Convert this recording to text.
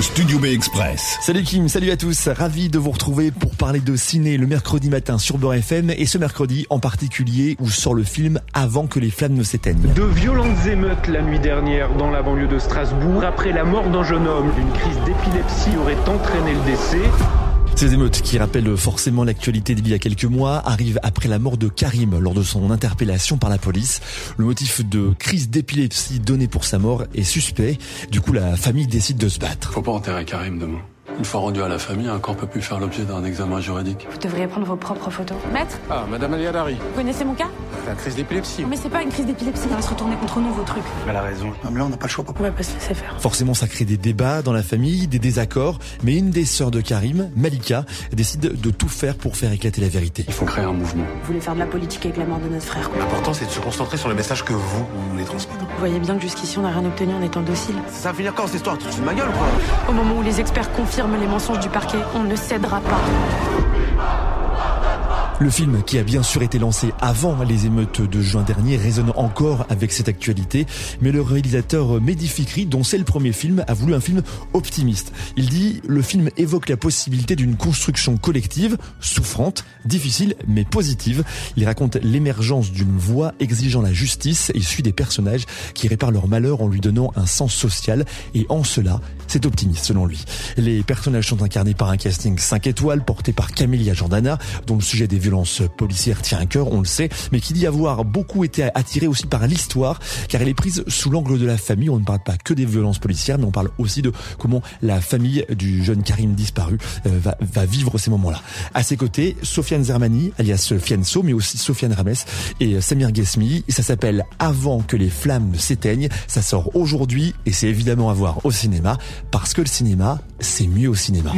Studio B Express. Salut Kim, salut à tous. Ravi de vous retrouver pour parler de ciné le mercredi matin sur Beurre FM et ce mercredi en particulier où sort le film Avant que les flammes ne s'éteignent. De violentes émeutes la nuit dernière dans la banlieue de Strasbourg après la mort d'un jeune homme. Une crise d'épilepsie aurait entraîné le décès. Ces émeutes qui rappellent forcément l'actualité d'il y a quelques mois arrivent après la mort de Karim lors de son interpellation par la police. Le motif de crise d'épilepsie donné pour sa mort est suspect. Du coup, la famille décide de se battre. Faut pas enterrer Karim demain. Une fois rendu à la famille, un corps peut plus faire l'objet d'un examen juridique. Vous devriez prendre vos propres photos. Maître, Ah, Madame Ali Alari, vous connaissez mon cas la crise d'épilepsie. Mais c'est pas une crise d'épilepsie, ça va se retourner contre nous, vos trucs. Elle a raison. Ah, On va pas se laisser faire. Forcément, ça crée des débats dans la famille, des désaccords, mais une des sœurs de Karim, Malika, décide de tout faire pour faire éclater la vérité. Il faut créer un mouvement. Vous voulez faire de la politique avec la mort de notre frère, quoi. L'important, c'est de se concentrer sur le message que vous, vous voulez transmettre. Vous voyez bien que jusqu'ici, on n'a rien obtenu en étant docile. Ça va finir quand cette histoire Tu te fous de ma gueule, quoi Au moment où les experts confirment les mensonges du parquet, on ne cédera pas. Le film, qui a bien sûr été lancé avant les émeutes de juin dernier, résonne encore avec cette actualité, mais le réalisateur Mehdi Fikri, dont c'est le premier film, a voulu un film optimiste. Il dit « Le film évoque la possibilité d'une construction collective, souffrante, difficile, mais positive. Il raconte l'émergence d'une voix exigeant la justice et suit des personnages qui réparent leur malheur en lui donnant un sens social, et en cela, c'est optimiste selon lui. Les personnages sont incarnés par un casting 5 étoiles porté par Camélia Jordana, dont le sujet des violences policières tient à cœur, on le sait, mais qui dit avoir beaucoup été attiré aussi par l'histoire, car elle est prise sous l'angle de la famille. On ne parle pas que des violences policières, mais on parle aussi de comment la famille du jeune Karim disparu euh, va, va vivre ces moments-là. À ses côtés, Sofiane Zermani, alias Fianso, mais aussi Sofiane Rames et euh, Samir Ghesmi. Ça s'appelle Avant que les flammes ne s'éteignent. Ça sort aujourd'hui et c'est évidemment à voir au cinéma, parce que le cinéma, c'est mieux au cinéma.